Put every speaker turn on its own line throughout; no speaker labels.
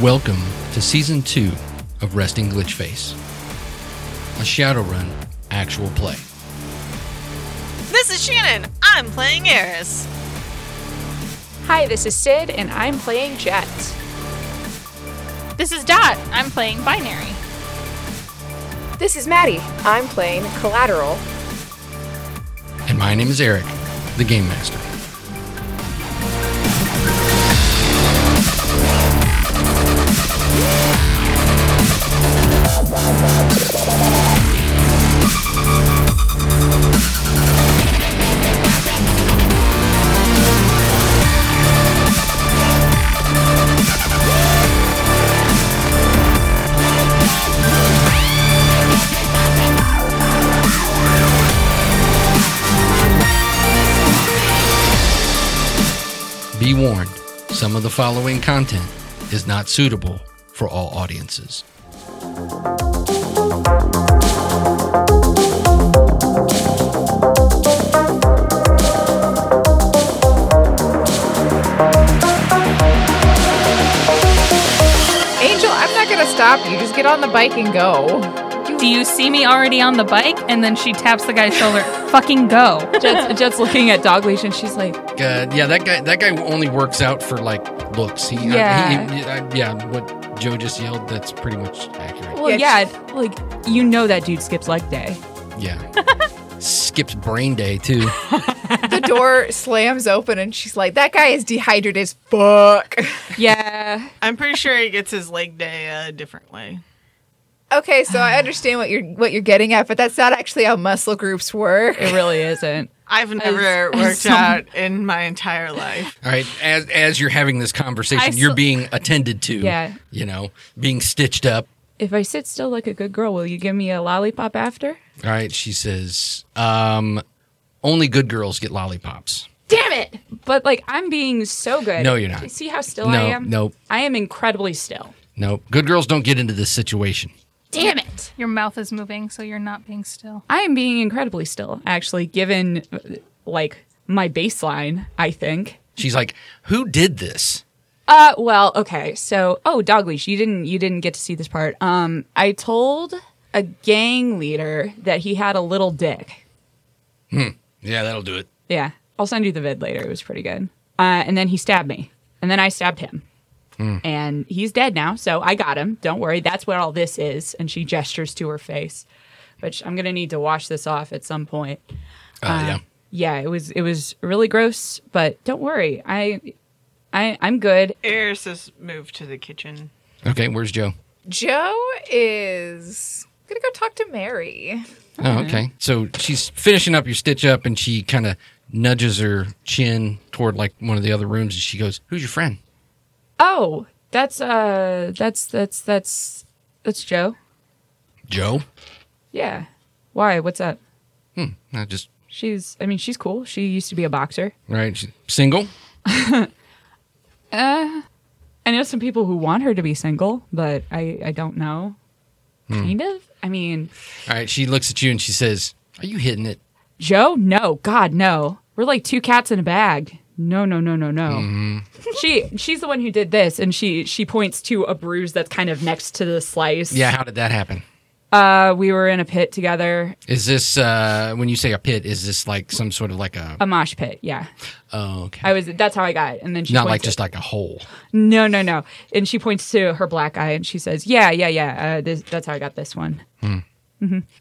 Welcome to Season 2 of Resting Glitch Face, a Shadowrun actual play.
This is Shannon. I'm playing Eris.
Hi, this is Sid, and I'm playing Jet.
This is Dot. I'm playing binary.
This is Maddie. I'm playing Collateral.
And my name is Eric, the Game Master. Be warned, some of the following content is not suitable for all audiences.
Angel, I'm not gonna stop you. Just get on the bike and go.
Do you see me already on the bike? And then she taps the guy's shoulder. Fucking go.
Jet's, Jet's looking at dog leash and she's like,
Uh, yeah, that guy. That guy only works out for like looks. He, uh,
Yeah.
he- he- uh, yeah. What Joe just yelled. That's pretty much accurate.
well,
Yeah,
yeah, like you know that dude skips leg day.
Yeah. Skips brain day too.
The door slams open, and she's like, "That guy is dehydrated as fuck."
Yeah,
I'm pretty sure he gets his leg day a different way.
okay, so I understand what you're what you're getting at, but that's not actually how muscle groups work.
it really isn't.
I've never
as
worked
some-
out in my entire life.
All right, as as you're having this conversation,
I
you're
sl-
being attended to.
Yeah.
You know, being stitched up.
If I sit still like a good girl, will you give me a lollipop after?
All right, she says, um, only good girls get lollipops.
Damn it! But like I'm being so good.
No, you're not.
See how still I
No,
am?
nope.
I am incredibly still.
No, good girls don't get into this situation.
Damn it!
Your mouth is moving, so you're not being still.
I am being incredibly still, actually, given uh, like my baseline. I think.
She's like, who did this?
Uh, well, okay. So, oh, dog leash. You didn't you didn't get to see this part. Um, I told a gang leader that he had a little dick.
Yeah, that'll do it.
Yeah, I'll send you the vid later. It was pretty good. Uh, and then he stabbed me, and then I stabbed him, and he's dead now. So I got him. Don't worry. That's what all this is. And she gestures to her face, which I'm gonna need to wash this off at some point.
Uh, yeah.
Yeah, it was it was really gross, but don't worry. I, I I'm good.
Eris has moved to the kitchen.
Okay, where's Joe?
Joe is gonna go talk to Mary.
Oh, okay. So she's finishing up your stitch up, and she kind of nudges her chin toward like one of the other rooms, and she goes, "Who's your friend?"
Oh, that's uh, that's that's that's that's Joe.
Joe.
Yeah. Why? What's up?
I just
She's. I mean, she's cool. She used to be a boxer.
right. She's single.
I know some people who want her to be single, but I I don't know.
Hmm.
Kind of. I mean,
All right. She looks at you and she says, "Are you hitting it?"
Joe? No, God, no. We're like two cats in a bag. No, no, no, no, no.
Mm-hmm.
She she's the one who did this, and she she points to a bruise that's kind of next to the slice.
Yeah. How did that happen?
Uh, we were in a pit together,
Is this uh when you say a pit? Is this like some sort of like a?
a mosh pit. Yeah,
Oh, okay.
I was. That's how I got. It. And then she
Not
points
like
at-
just like a hole.
No, no, no. And she points to her black eye and she says, "Yeah, yeah, yeah. Uh, this, that's how I got this one."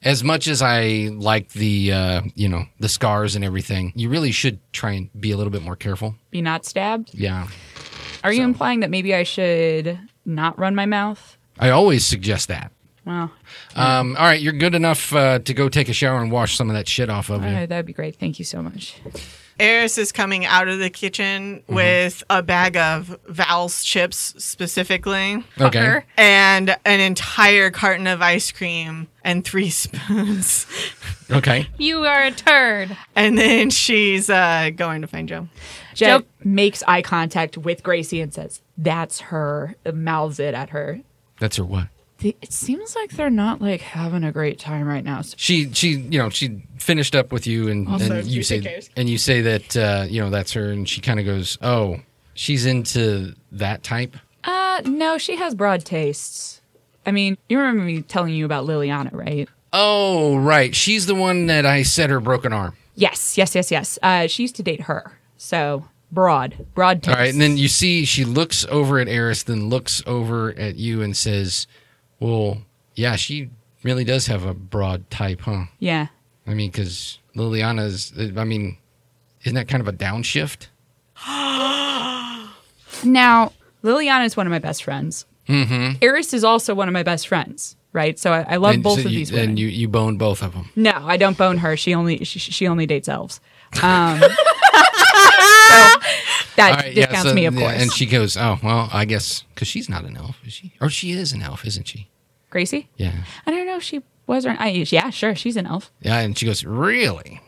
As much as I like the uh you know the scars and everything, you really should try and be a little bit more careful.
Be not stabbed.
Yeah.
Are you implying that maybe I should not run my mouth?
I always suggest that.
Well,
Um, all right, you're good enough uh, to go take a shower and wash some of that shit off of you.
all right, that'd be great. Thank you so much.
Eris is coming out of the kitchen with a bag of Val's chips specifically.
Okay.
Fucker.
And an entire carton of ice cream and three spoons.
Okay.
You are a turd.
And then she's uh, going to find Joe.
Jet
Joe-
makes eye contact with Gracie and says, "That's her." Mouths it at her.
That's her what?
The- It seems like they're not like having a great time right now. So
She she you know she finished up with you and, and you say and you say that uh, you know that's her and she kind of goes oh she's into that type
Uh, no, she has broad tastes. I mean, you remember me telling you about Liliana, right?
Oh, right. She's the one that I said her broken arm.
Yes, yes, yes, yes. Uh, she used to date her. So broad, broad
All
tastes.
right. And then you see she looks over at Eris, then looks over at you and says, Well, yeah, she really does have a broad type, huh?
yeah.
I mean, because Liliana's, I mean, isn't that kind of a downshift?
Now, Liliana is one of my best friends. Mm-hmm. Eris is also one of my best friends, right? So I, I love both
so
of
you,
these women.
And you, you bone both of them.
no, I don't bone her. She only she, she only dates elves. Um, so that discounts me, of course.
and she goes, Oh, well, I guess, because she's not an elf, is she? Or she is an elf, isn't she?
Gracie,
Yeah.
I don't know if she was or I, yeah, sure, she's an elf.
Yeah. And she goes, Really?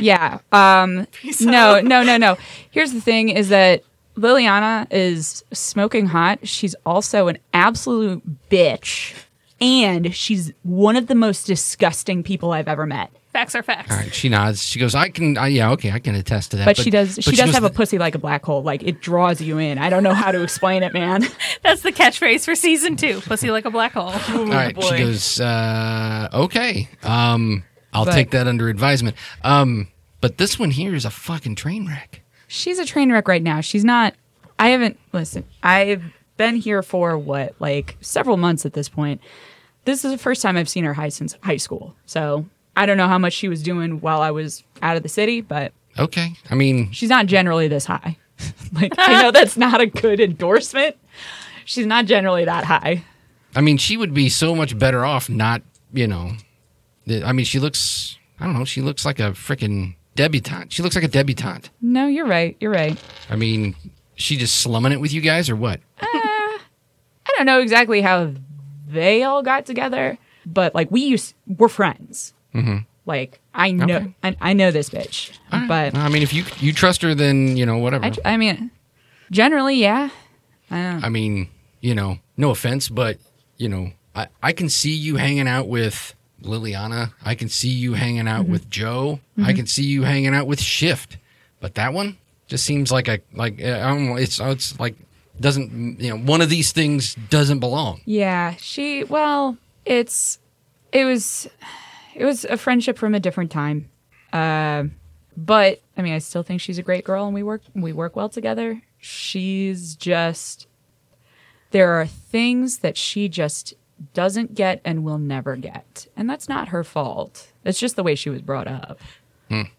yeah. Um,
out.
no, no, no, no. Here's the thing: is that Liliana is smoking hot. She's also an absolute bitch, and she's one of the most disgusting people I've ever met.
Facts are facts.
All right. She nods. She goes, I can, I, yeah, okay, I can attest to that.
But, she does. She
but
does
goes,
have a pussy like a black hole. Like it draws you in. I don't know how to explain it, man.
That's the catchphrase for season two. Pussy like a black hole.
All right. She
boy.
goes, uh, okay. Um, I'll take that under advisement. Um, but this one here is a fucking train wreck.
she's a train wreck right now. She's not. I haven't listen. I've been here for what like several months at this point. This is the first time I've seen her high since high school. So I don't know how much she was doing while I was out of the city, but
Okay. I mean,
she's not generally this high. like I know that's not a good endorsement. She's not generally that high.
I mean, she would be so much better off not, you know, th- I mean, she looks, I don't know, she looks like a freaking debutante. She looks like a debutante.
No, you're right. You're right.
I mean, she just slumming it with you guys or what?
I don't know exactly how they all got together, but like we used we're friends. Like I know
Okay.
I, I know this bitch, but
I mean, if you you trust her, then, you know, whatever.
I,
I,
tr- I mean, generally, yeah.
mean, you know, no offense, but, you know, I, I can see you hanging out with Liliana. I can see you hanging out with Joe. I can see you hanging out with Shift. But that one just seems like a, like, uh, I don't know, it's, it's like, doesn't, you know, one of these things doesn't belong.
Yeah, she. Well, it's it was it was a friendship from a different time, uh, but I mean, I still think she's a great girl, and we work we work well together. She's just there are things that she just doesn't get and will never get, and that's not her fault. It's just the way she was brought up.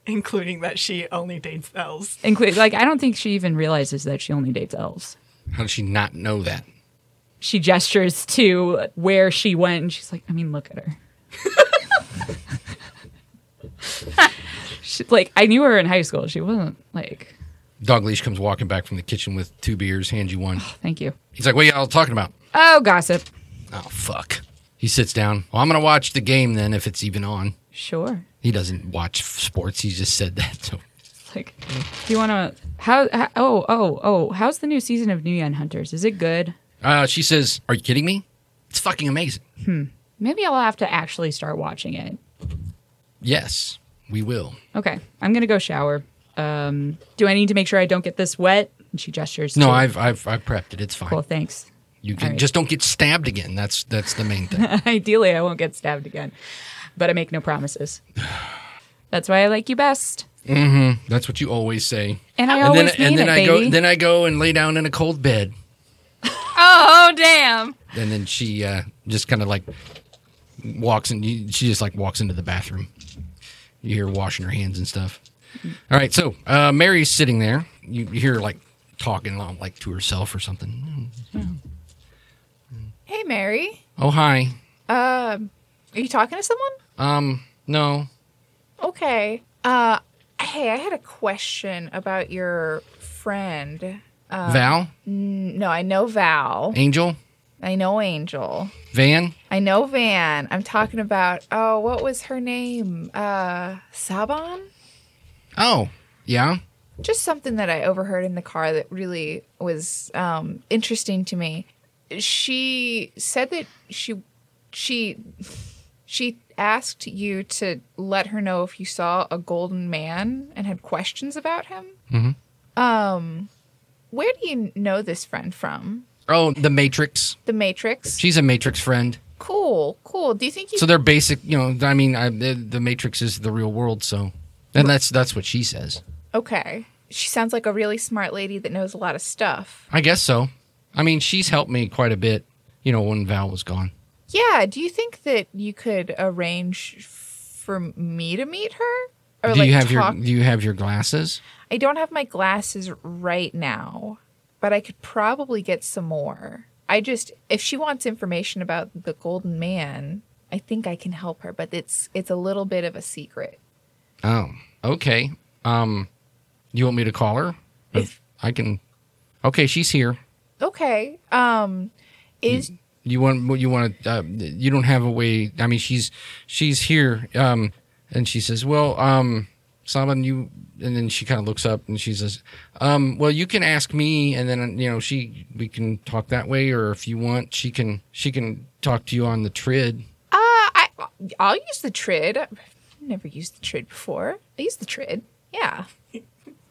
including that she only dates elves.
Include like I don't think she even realizes that she only dates elves.
How does she not know that?
she gestures to where she went and she's like, I mean, look at her. she, like, I knew her in high school. She wasn't like,
Dog Leash comes walking back from the kitchen with two beers, hands you one.
thank you.
He's like, What y'all talking about?
Oh, gossip.
Oh, fuck. He sits down. Well, I'm going to watch the game then if it's even on.
Sure.
He doesn't watch sports. He just said that. So
It's Like, do you want to, how, how, oh, oh, oh, how's the new season of New Yen Hunters? Is it good?
uh, she says, Are you kidding me? It's fucking amazing.
Maybe I'll have to actually start watching it.
Yes, we will.
Okay. I'm going to go shower. Um, do I need to make sure I don't get this wet? And she gestures.
No,
to-
I've, I've, I've prepped it. It's fine.
Cool. Thanks.
you can
right.
just don't get stabbed again. That's that's the main thing.
Ideally, I won't get stabbed again, but I make no promises. That's why I like you best,
that's what you always say.
and I
and
always
then and
mean
then
it,
I
baby.
go then I go and lay down in a cold bed.
Oh, damn.
and then she uh, just kind of like walks in. She just like walks into the bathroom. You hear her washing her hands and stuff. All right, so uh, Mary's sitting there. You you hear her, like talking uh, like to herself or something.
Hey, Mary.
Oh hi.
Um, are you talking to someone?
Um no.
Okay. Uh, hey, I had a question about your friend.
Uh.
Val,
No, I know Val.
Angel,
I know Angel.
Van.
I know Van. I'm talking about oh, what was her name? Uh, Saban.
Oh yeah.
Just something that I overheard in the car that really was um, interesting to me. She said that she she she asked you to let her know if you saw a golden man and had questions about him. Um, where do you know this friend from?
Oh, the Matrix.
The Matrix.
She's a Matrix friend.
cool, cool. Do you think you?
So they're basic, you know. I mean, I, the, the Matrix is the real world, so and that's that's what she says.
okay. She sounds like a really smart lady that knows a lot of stuff.
I guess so. I mean, she's helped me quite a bit, you know, when Val was gone.
Yeah. Do you think that you could arrange for me to meet her? Or
do you have
talk-
your do you have your glasses?
I don't have my glasses right now, but I could probably get some more. I just if she wants information about the golden man, I think I can help her, but it's it's a little bit of a secret.
Oh, okay. Um, you want me to call her? If I can. Okay, she's here.
Okay. Um
Mm-hmm.
is
You want what you want to? Uh, you don't have a way. I mean, she's she's here. Um, and she says, "Well, um, Saban, you." And then she kind of looks up and she says, "Um, well, you can ask me, and then you know she we can talk that way, or if you want, she can she can talk to you on the trid."
uh I I'll use the trid. I've never used the trid before. I use the trid. Yeah.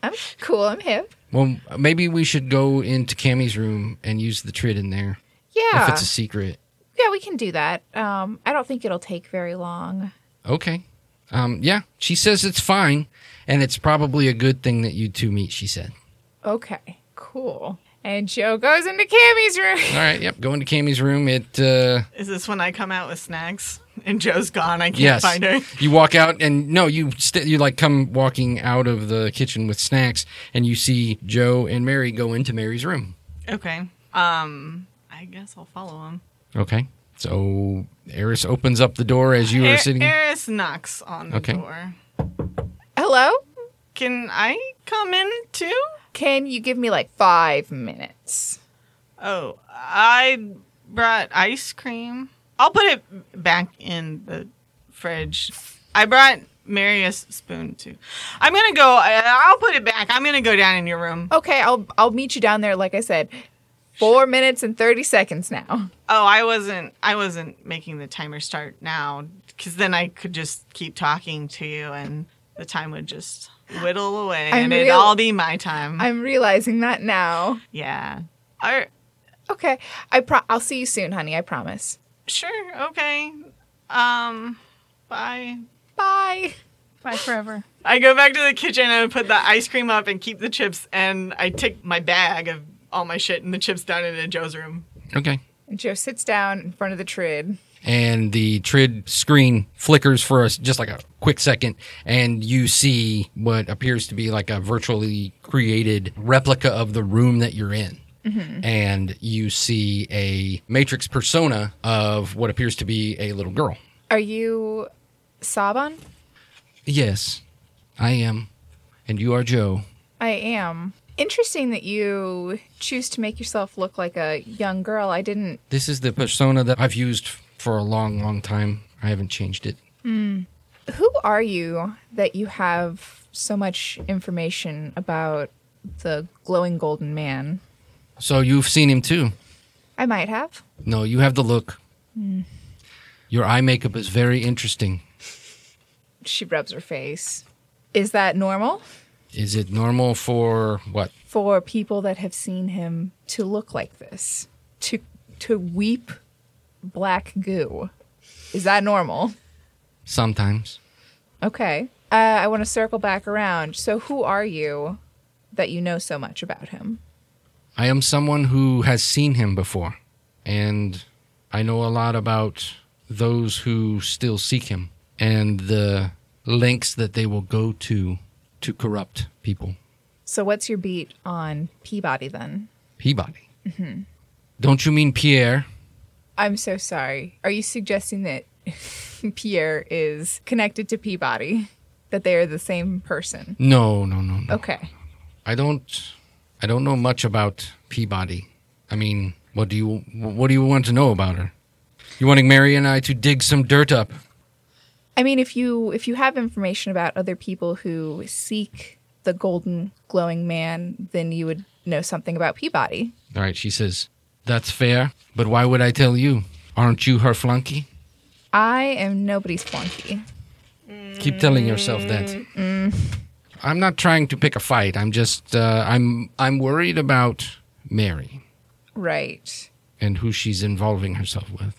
I'm cool, I'm hip.
Well, maybe we should go into Cammy's room and use the trid in there
Yeah.
if it's a secret.
yeah, we can do that. Um I don't think it'll take very long.
Okay. Um, yeah, she says it's fine, and it's probably a good thing that you two meet. She said.
Okay. Cool. And Joe goes into Cammy's room.
All right. Yep. Go into Cammy's room. It. Uh,
Is this when I come out with snacks and Joe's gone? I can't
yes.
find her.
You walk out, and no, you st- you like come walking out of the kitchen with snacks, and you see Joe and Mary go into Mary's room.
Okay. Um, I guess I'll follow him.
Okay. So Eris opens up the door as you are
Er-
sitting.
Eris knocks on the
Okay.
door.
Hello?
Can I come in too?
Can you give me like five minutes?
Oh, I brought ice cream. I'll put it back in the fridge. I brought Mary a s- spoon too. I'm gonna go. I- I'll put it back. I'm gonna go down in your room.
Okay, I'll I'll meet you down there. Like I said, four minutes and thirty seconds now.
Oh, I wasn't. I wasn't making the timer start now because then I could just keep talking to you and the time would just whittle away
I'm
and it'd
real-
all be my time.
I'm realizing that now.
yeah. Are
Okay, I pro- I'll see you soon, honey. I promise.
sure. Okay. Um. Bye.
Bye.
Bye forever.
I go back to the kitchen and put the ice cream up and keep the chips and I take my bag of all my shit and the chips down into Joe's room.
Okay.
And Joe sits down in front of the trid.
and the trid screen flickers for us just like a quick second and you see what appears to be like a virtually created replica of the room that you're in and you see a matrix persona of what appears to be a little girl
Are you Saban?
yes i am and you are joe
I am. Interesting that you choose to make yourself look like a young girl. I didn't.
this is the persona that i've used for a long long time i haven't changed it
Who are you that you have so much information about the glowing golden man?
so you've seen him too
I might have.
No, you have the look. Your eye makeup is very interesting.
She rubs her face. Is that normal
Is it normal for what?
for people that have seen him to look like this? To to weep black goo. Is that normal?
Sometimes.
Okay. Uh, I want to circle back around. So who are you that you know so much about him?
I am someone who has seen him before, and I know a lot about those who still seek him and the lengths that they will go to to corrupt people.
So what's your beat on Peabody then?
Peabody. Don't you mean Pierre?
I'm so sorry. Are you suggesting that Pierre is connected to Peabody? That they are the same person?
No, no, no, no.
Okay.
I don't I don't know much about Peabody. I mean, what do you what do you want to know about her? You wanting Mary and I to dig some dirt up?
I mean, if you if you have information about other people who seek the golden glowing man, then you would know something about Peabody.
All right, she says, "That's fair, but why would I tell you? Aren't you her flunky?"
I am nobody's flunky.
Keep telling yourself that. I'm not trying to pick a fight. I'm just uh, I'm I'm worried about Mary.
Right.
and who she's involving herself with.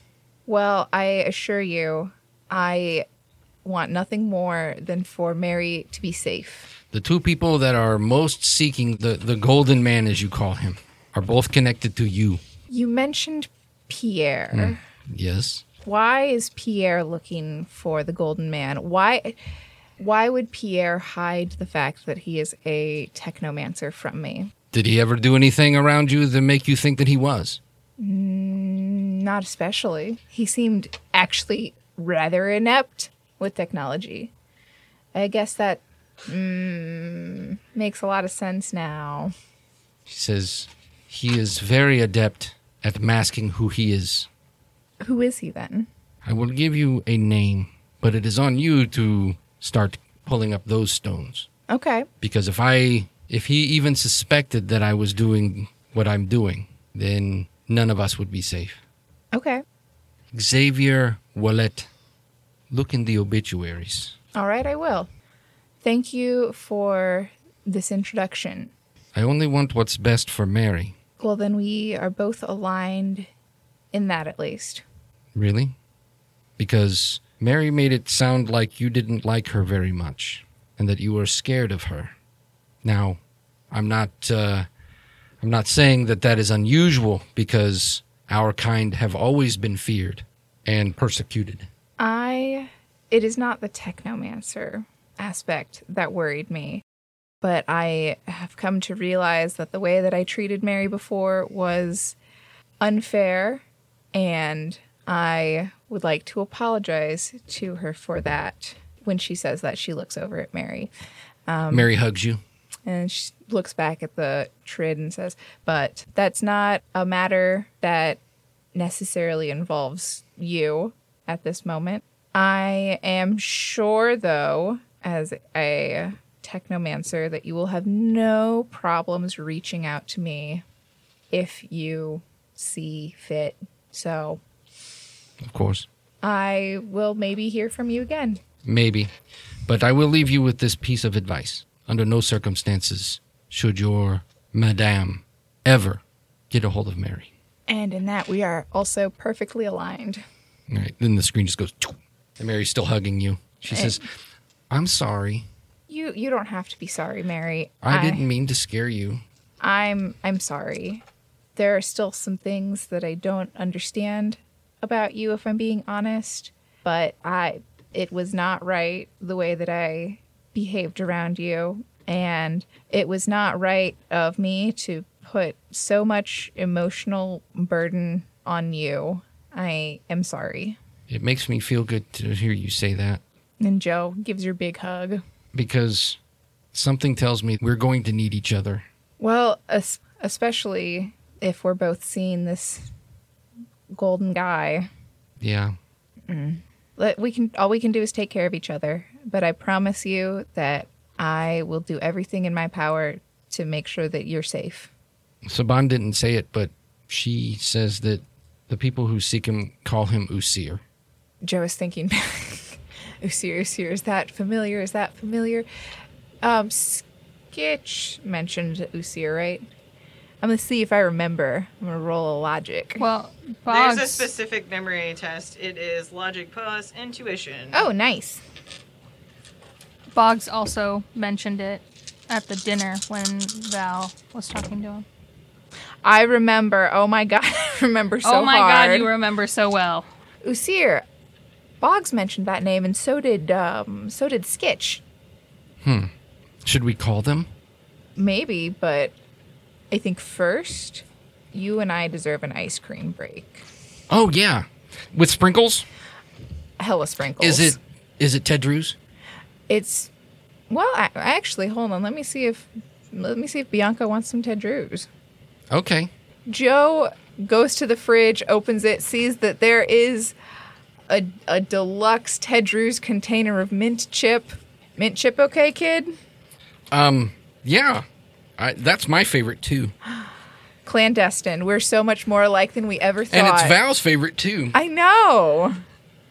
Well, I assure you, I want nothing more than for Mary to be safe.
The two people that are most seeking the, the golden man, as you call him, are both connected to you.
You mentioned Pierre.
Yes.
Why is Pierre looking for the golden man? Why why would Pierre hide the fact that he is a technomancer from me?
Did he ever do anything around you that make you think that he was?
Not especially. He seemed actually rather inept with technology. I guess that mm, makes a lot of sense now.
She says he is very adept at masking who he is.
Who is he then?
I will give you a name, but it is on you to start pulling up those stones.
Okay.
because if I if he even suspected that I was doing what I'm doing, then none of us would be safe.
Okay.
Xavier Wallet, look in the obituaries.
All right, I will. Thank you for this introduction.
I only want what's best for Mary.
Well, then we are both aligned in that at least.
Really? Because Mary made it sound like you didn't like her very much and that you were scared of her. Now, I'm not uh, I'm not saying that that is unusual because our kind have always been feared and persecuted.
I. It is not the technomancer aspect that worried me, but I have come to realize that the way that I treated Mary before was unfair, and I would like to apologize to her for that when she says that she looks over at Mary.
Mary hugs you.
And she looks back at the Trid and says, But that's not a matter that necessarily involves you at this moment. I am sure, though, as a technomancer, that you will have no problems reaching out to me if you see fit. So
Of course.
I will maybe hear from you again.
Maybe. But I will leave you with this piece of advice. Under no circumstances should your madame ever get a hold of Mary.
And in that, we are also perfectly aligned.
All right. Then the screen just goes, "Tchoom," and Mary's still hugging you. She says, I'm sorry.
You you don't have to be sorry, Mary.
I didn't mean to scare you.
I'm I'm sorry. There are still some things that I don't understand about you if I'm being honest, but I it was not right the way that I behaved around you and it was not right of me to put so much emotional burden on you. I am sorry.
It makes me feel good to hear you say that
And Joe gives your big hug.
because something tells me we're going to need each other.
Well, es- especially if we're both seeing this golden guy
Yeah.
let- we can all we can do is take care of each other but i promise you that i will do everything in my power to make sure that you're safe
Saban didn't say it, but she says that the people who seek him call him Usir.
joe is thinking back usir usir is that familiar is that familiar um skitch mentioned usir right i'm gonna see if i remember i'm gonna roll a logic
Well,
There's
Boggs.
a specific memory test. It is logic plus intuition.
oh nice
Boggs also mentioned it at the dinner when Val was talking to him.
i remember oh my god i remember so
oh my
hard
god, you remember so well.
Usir, Boggs mentioned that name, and so did um, so did Skitch.
Should we call them?
Maybe, but I think first, you and I deserve an ice cream break.
Oh yeah, with sprinkles.
Hella sprinkles.
Is it is it Ted Drew's?
It's well, I, I actually hold on. Let me see if let me see if Bianca wants some Ted Drews.
Okay,
Joe goes to the fridge, opens it, sees that there is a, a deluxe Ted Drews container of mint chip. Mint chip, okay, kid?
yeah, I, that's my favorite too,
Clandestine. We're so much more alike than we ever thought.
and it's Val's favorite too.
I know.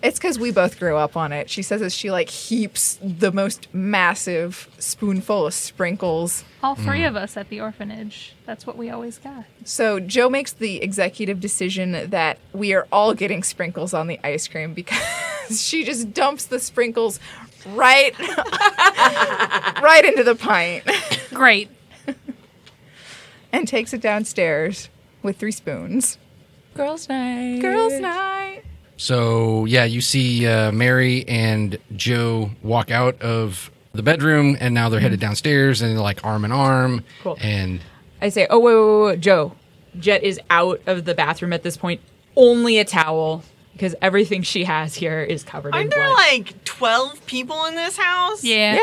It's because we both grew up on it. She says that she like heaps the most massive spoonful of sprinkles.
All three of us at the orphanage. That's what we always got.
So Joe makes the executive decision that we are all getting sprinkles on the ice cream because she just dumps the sprinkles right right into the pint
Great.
and takes it downstairs with three spoons.
Girls' night.
Girls night.
So yeah, you see uh, Mary and Joe walk out of the bedroom, and now they're headed downstairs, and they're like arm in arm,
Mm-hmm. Cool.
and
I say, oh, wait, wait, wait, wait, Joe. Jet is out of the bathroom at this point. Only a towel because everything she has here is covered in
Aren't there
blood.
like 12 people in this house?
Yeah.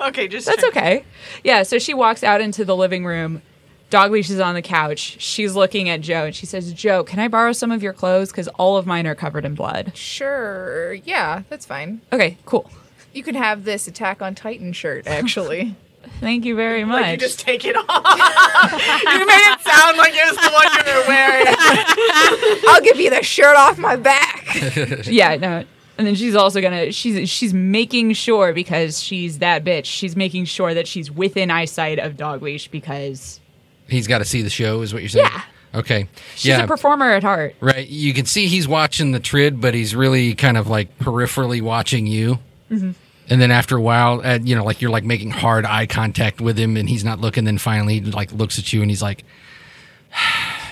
yeah,
Okay, just
that's
check.
okay. Yeah, so she walks out into the living room. Dog leash is on the couch. She's looking at Joe and she says, Joe, can I borrow some of your clothes? Because all of mine are covered in blood.
Sure. Yeah, that's fine.
Okay, cool.
You can have this Attack on Titan shirt actually.
Thank you very much.
Like you just take it off. you made it sound like it was the one you were wearing.
I'll give you the shirt off my back.
yeah, no. And then she's also gonna she's she's making sure because she's that bitch. She's making sure that she's within eyesight of dog leash because
he's got to see the show, is what you're saying. Yeah. Okay.
she's
yeah.
a performer at heart.
right. You can see he's watching the trid, but he's really kind of like peripherally watching you. And then after a while, uh, you know, like you're like making hard eye contact with him, and he's not looking. Then finally, he like looks at you, and he's like,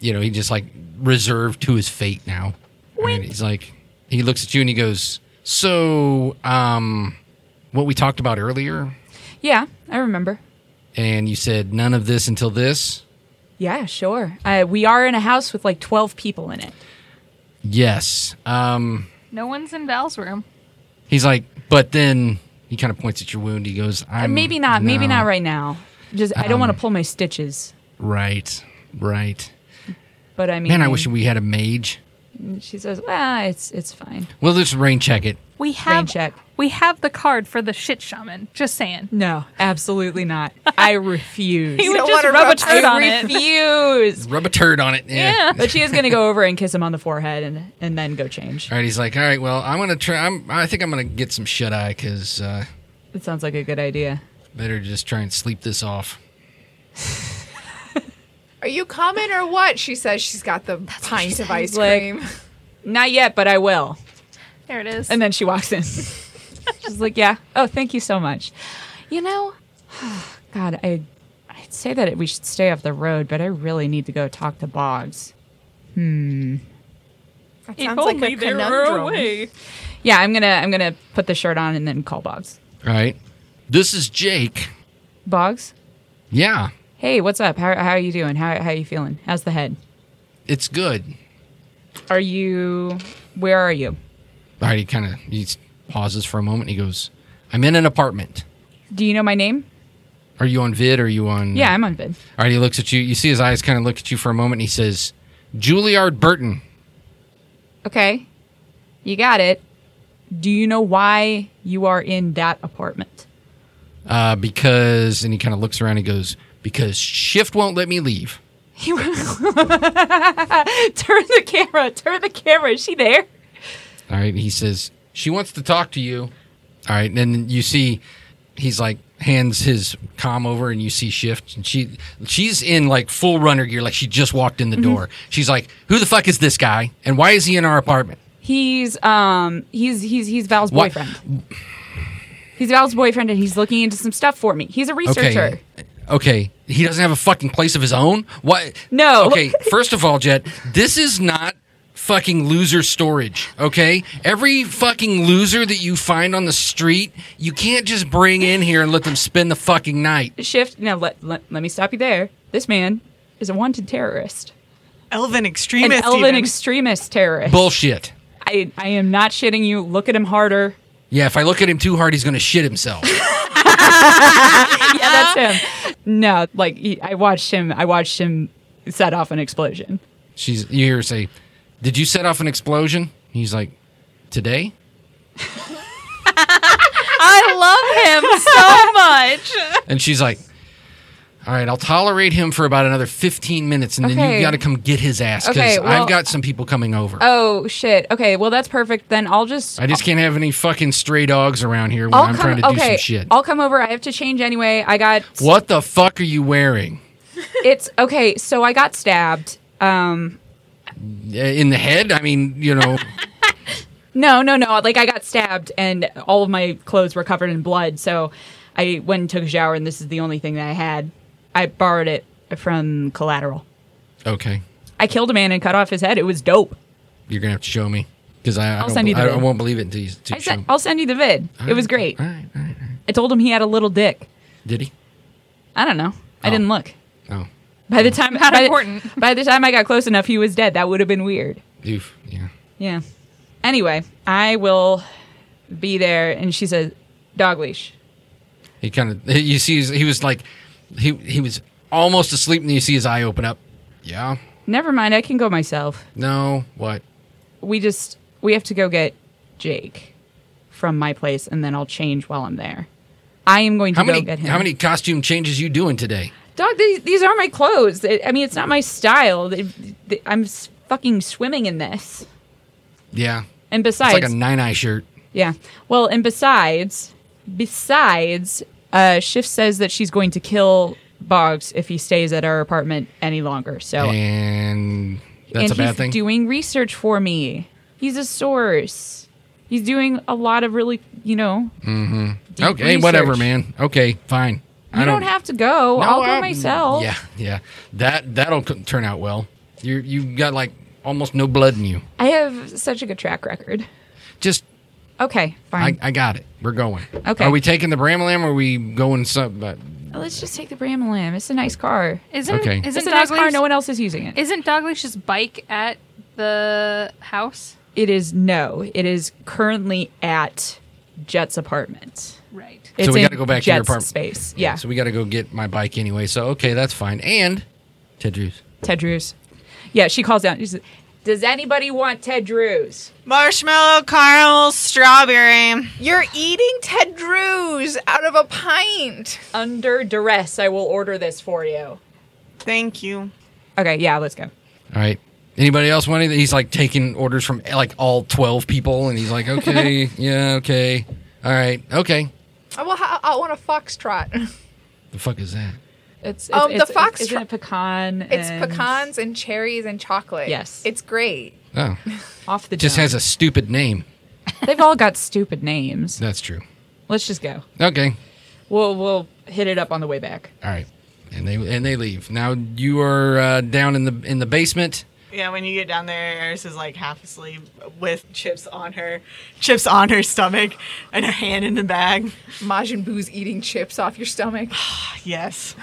you know, he just like reserved to his fate now. And he's like, he looks at you, and he goes, "So, um, what we talked about earlier,
Yeah, I remember.
and you said none of this until this."
Yeah, sure. Uh, we are in a house with like twelve people in it.
Yes. Um,
No one's in Val's room.
he's like, but then he kind of points at your wound. He goes,
Uh,
I'm,
maybe not. Maybe
no." Um,
not right now. Just I don't want to pull my stitches.
Right. Right.
But I mean,
Man, I wish we had a mage.
she says, "Well, it's it's fine."
We'll just rain check it.
We have
check.
we have the card for the shit shaman. Just saying.
No, absolutely not. I refuse.
He would
don't
just
wanna
rub,
rub
a turd on
I
it.
refuse.
Rub a turd on it. Yeah.
But she is going to go over and kiss him on the forehead and, and then go change.
All right. He's like, all right, well, I'm going to try. I'm, I think I'm going to get some shut eye because uh,
It sounds like a good idea.
better just try and sleep this off.
Are you coming or what? She says she's got the pint of ice
Like-
cream.
Not yet, but I will.
There it is.
And then she walks in. She's like, "Yeah. Oh, thank you so much." You know, God, I I'd say that we should stay off the road, but I really need to go talk to Boggs. Hmm.
That sounds like a conundrum.
Yeah, I'm gonna I'm gonna put the shirt on and then call Boggs.
All right. This is Jake.
Boggs,
Yeah.
hey, what's up? How how are you doing? How how are you feeling? How's the head?
It's good.
Are you? Where are you?
All right. He kind of he s- pauses for a moment. He goes, I'm in an apartment.
Do you know my name?
Are you on vid? Or are you on?
Yeah, I'm on vid.
All right, he looks at you. You see his eyes kind of look at you for a moment. And he says, Juilliard Burton.
Okay. You got it. Do you know why you are in that apartment?
Uh, because, and he kind of looks around and he goes, because shift won't let me leave.
You turn the camera. Turn the camera. Is she there?
All right. He says, she wants to talk to you. All right. And then you see, he's like, hands his comm over and you see shift and she she's in like full runner gear like she just walked in the door she's like who the fuck is this guy and why is he in our apartment
He's um he's he's he's Val's
Why-
boyfriend. He's Val's boyfriend and he's looking into some stuff for me. He's a researcher.
Okay. He doesn't have a fucking place of his own? What?
No.
Okay, first of all, Jet, this is not fucking loser storage, okay? Every fucking loser that you find on the street, you can't just bring in here and let them spend the fucking night.
Shift now let, let let me stop you there. This man is a wanted terrorist.
Elven
An
extremist.
elven
even.
extremist terrorist.
Bullshit.
I I am not shitting you. Look at him harder.
Yeah, if I look at him too hard, he's going to shit himself.
yeah, that's him. No, like he, I watched him. I watched him set off an explosion.
She's you hear her say, "Did you set off an explosion?" He's like, "Today?"
I love him so much.
And she's like, All right, I'll tolerate him for about another 15 minutes and then you
Okay.
got to come get his ass because
Okay, well-
I've got some people coming over.
Oh shit. Okay. Well, that's perfect. Then I'll just.
I just can't have any fucking stray dogs around here when
I'll
i am
come.
trying to do
okay.
some shit.
I'll come over. I have to change anyway. I got.
what the fuck are you wearing?
It's okay. So I got stabbed. Um.
Eh, In the head? I mean, you know,
No, no, no. Like I got stabbed, and all of my clothes were covered in blood. So I went and took a shower, and this is the only thing that I had. I borrowed it from Collateral.
okay.
I killed a man and cut off his head. It was dope.
You're going to have to show me because I, I, don't
send
be-
you the
I, I
vid.
won't believe it until you until
I
you show me.
sent, I'll send you the vid. It was great.
All right, all right, all right.
I told him he had a little dick.
Did he?
I don't know. I
Oh.
didn't look.
Oh,
By the time
Not
by the-
important.
by the time I got close enough, he was dead. That would have been weird.
oof. Yeah.
Yeah. Anyway, I will be there. And she says, dog leash.
He kind of, you see, his- he was like, he, he was almost asleep and you see his eye open up. Yeah.
Never mind. I can go myself.
No. What?
We just, we have to go get Jake from my place and then I'll change while I'm there. I am going to
How
go
many,
get him.
how many costume changes you doing today?
Dog, these, these are my clothes. I I mean, it's not my style. They- they- I'm s- fucking swimming in this.
Yeah.
And
It's
besides,
like a nine eye shirt.
Yeah. Well, and besides, besides, uh, Schiff says that she's going to kill Boggs if he stays at our apartment any longer. So
And that's
Oh. and
a bad
he's
thing.
doing research for me. He's a source. He's doing a lot of really, you know. deep
Mm-hmm. okay, whatever,
research.
man. Okay, fine.
You don't, have to go.
No,
I'll go
I'm-
myself.
Yeah, yeah. That that'll c- turn out well. You you got like almost no blood in you.
I have such a good track record.
Just
Okay,
I,
fine.
I got it. We're going.
Okay.
Are we taking the Bramlam or are we going some? uh, But
Let's just take the Bramlam. It's a nice car.
Isn't
Okay.
isn't
It's a nice
Dogleash,
car. No one else is using it.
isn't Dogleash's bike at the house?
It is no. It is currently at Jet's apartment.
Right.
It's
we
in
gotta go back to your
Jet's
apartment.
space. Yeah,
So we got to go get my bike anyway. So okay, that's fine. And Ted Drews.
Ted Drews. Yeah, she calls out. She says, "Does anybody want Ted Drews?"
Marshmallow, caramel, strawberry.
You're eating Ted Drews out of a pint.
Under duress, I will order this for you.
Thank you.
Okay, yeah, let's go.
All right. Anybody else want anything? He's like taking orders from like all twelve people, and he's like, okay, yeah, okay, all right, okay.
I, will ha- I want a foxtrot.
The fuck is that?
It's, it's
Um, the
it's- it's-
fox
isn't
tr-
it pecan.
It's
and
pecans and cherries and chocolate.
Yes.
It's great.
Oh,
off the.
just
dome.
has a stupid name.
They've all got stupid names.
That's true.
Let's just go.
Okay.
We'll we'll hit it up on the way back.
All right, and they and they leave. Now you are uh, down in the in the basement.
Yeah, when you get down there, Eris is like half asleep with chips on her, chips on her stomach, and her hand in the bag.
Majin Buu's eating chips off your stomach.
Yes.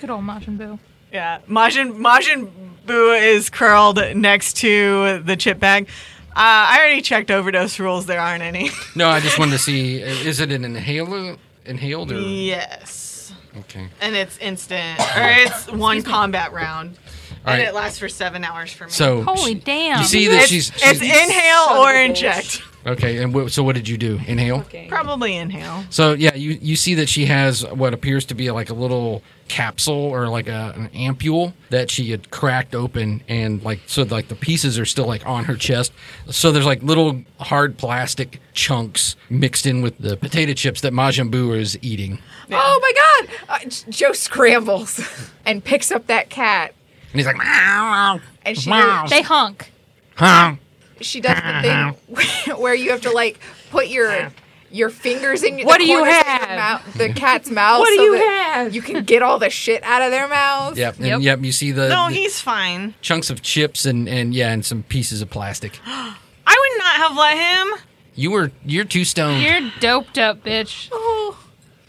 Good old Majin Buu.
Yeah. Majin Majin Buu is curled next to the chip bag. Uh, I already checked overdose rules. There aren't any.
No, I just wanted to see is it an inhaler inhaled or
yes.
okay?
And it's instant, or it's one combat round,
All
and
right.
it lasts for seven hours for me.
So she-
Holy damn.
You see that
it's,
she's,
it's
she's-
inhale
Son of
or
a bitch.
inject.
okay. And wh- so what did you do? Inhale.
Probably inhale.
So yeah, you you see that she has what appears to be like a little capsule or like a, an ampule that she had cracked open and like so like the pieces are still like on her chest. So there's like little hard plastic chunks mixed in with the potato chips that Majin Buu is eating.
Oh my God! Uh, J- Joe scrambles and picks up that cat,
And he's like, "Meow,
and she
meow,
They honk.
huh?
she does the thing where you have to like put your your fingers in
What
the
do you
corners of your
have?
mou- the cat's mouth.
What do
so
you
that
have?
You can get all the shit out of their mouth.
Yep, and
Yep.
yep. You see the,
No,
Uh, the
he's fine.
chunks of chips and and yeah, and some pieces of plastic.
I would not have let him.
You were you're too stoned,
You're doped up, bitch.
Oh,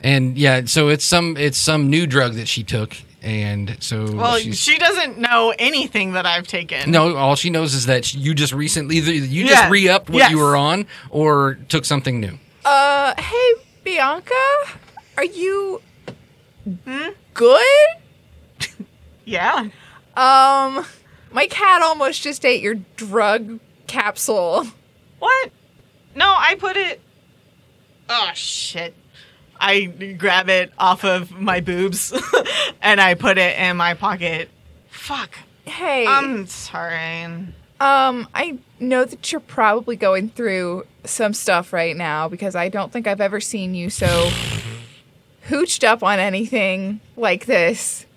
and yeah, so it's some it's some new drug that she took, and so
Well,
she's-
she doesn't know anything that I've taken.
No, all she knows is that you just recently either you just
Yeah.
re-upped what
Yes.
you were on or took something new.
uh, hey Bianca, are you
Hmm?
good?
Yeah.
Um, my cat almost just ate your drug capsule.
What? No, I put it. Oh shit! I grab it off of my boobs and I put it in my pocket. Fuck.
Hey, um,
I'm sorry.
I know that you're probably going through some stuff right now because I don't think I've ever seen you so hooched up on anything like this.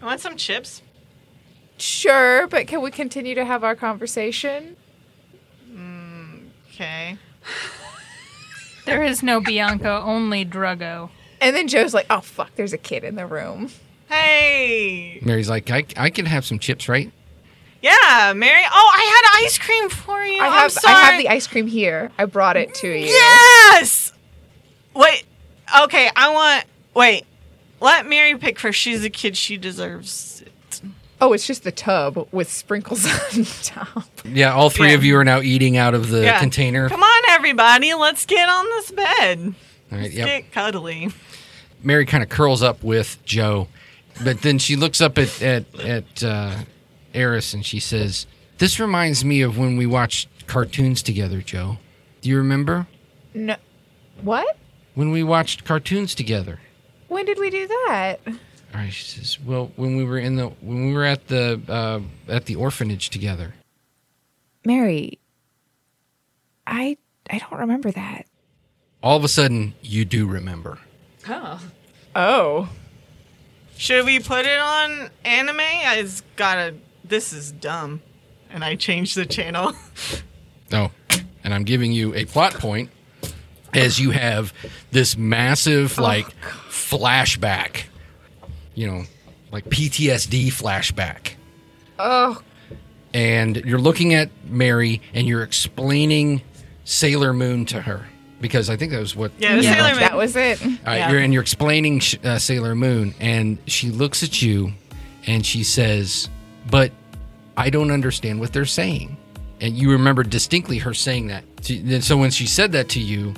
You want some chips?
Sure, but can we continue to have our conversation?
Okay.
There is no Bianca, only Drugo.
And then Joe's like, "Oh fuck, there's a kid in the room."
Hey.
Mary's like, I, I can have some chips, right?
Yeah, Mary. Oh, I had ice cream for you.
I
I'm
have
sorry.
I have the ice cream here. I brought it to you.
Yes. Wait. Okay, I want. Wait. Let Mary pick first. She's a kid. She deserves it.
Oh, it's just the tub with sprinkles on top.
Yeah, all three
Yeah.
of you are now eating out of the
Yeah.
container.
Come on, everybody. Let's get on this bed.
All right,
Let's
yep.
Get cuddly.
Mary kind of curls up with Joe, but then she looks up at at at uh, Eris and she says, "This reminds me of when we watched cartoons together, Joe. Do you remember
No, what?
when we watched cartoons together?"
When did we do that?
All right, she says, "Well, when we were in the when we were at the uh, at the orphanage together."
Mary, I I don't remember that.
All of a sudden, you do remember.
Oh,
Should we put it on anime? It's gotta. This is dumb. And I changed the channel.
Oh, and I'm giving you a plot point as you have this massive like flashback, you know, like PTSD flashback.
oh,
And you're looking at Mary and you're explaining Sailor Moon to her because I think that was what
Yeah, the
you
Sailor
watched.
Moon.
that was it.
All right,
Yeah.
you're, and you're explaining sh- uh, Sailor Moon, and she looks at you, and she says, "But I don't understand what they're saying." And you remember distinctly her saying that. She- then- So when she said that to you,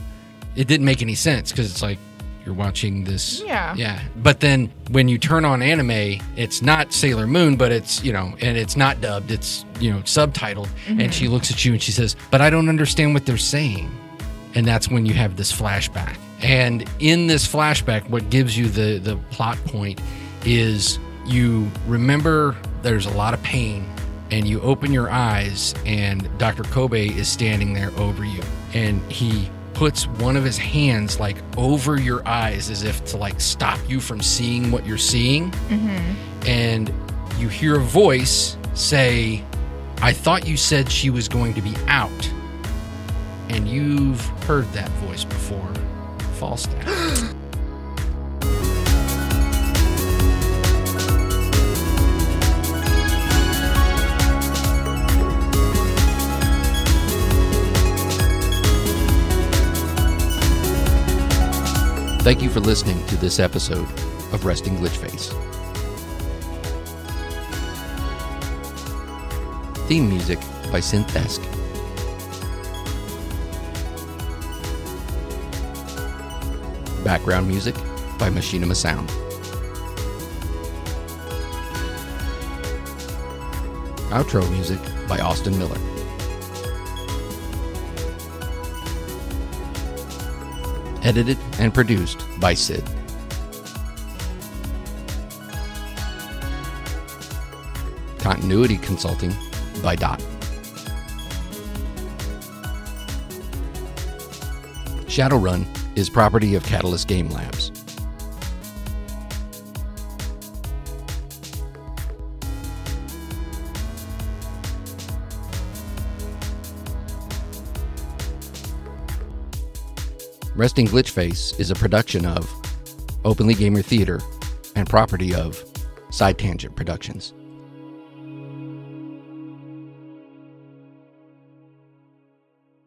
it didn't make any sense because it's like you're watching this.
Yeah.
Yeah. But then when you turn on anime, it's not Sailor Moon, but it's you know, and it's not dubbed. It's you know subtitled. And she looks at you and she says, "But I don't understand what they're saying." and that's when you have this flashback. And in this flashback, what gives you the the plot point is you remember there's a lot of pain, and you open your eyes, and Dr. Kobe is standing there over you, and he puts one of his hands like over your eyes as if to like stop you from seeing what you're seeing, and you hear a voice say, "I thought you said she was going to be out." and you've heard that voice before. Falstaff. Thank you for listening to this episode of Resting Glitch Face. Theme music by Synthesk. Background music by Machinima Sound. Outro music by Austin Miller. Edited and produced by Sid. Continuity consulting by Dot. Shadowrun is property of Catalyst Game Labs. Resting Glitch Face is a production of Openly Gamer Theater and property of Side Tangent Productions.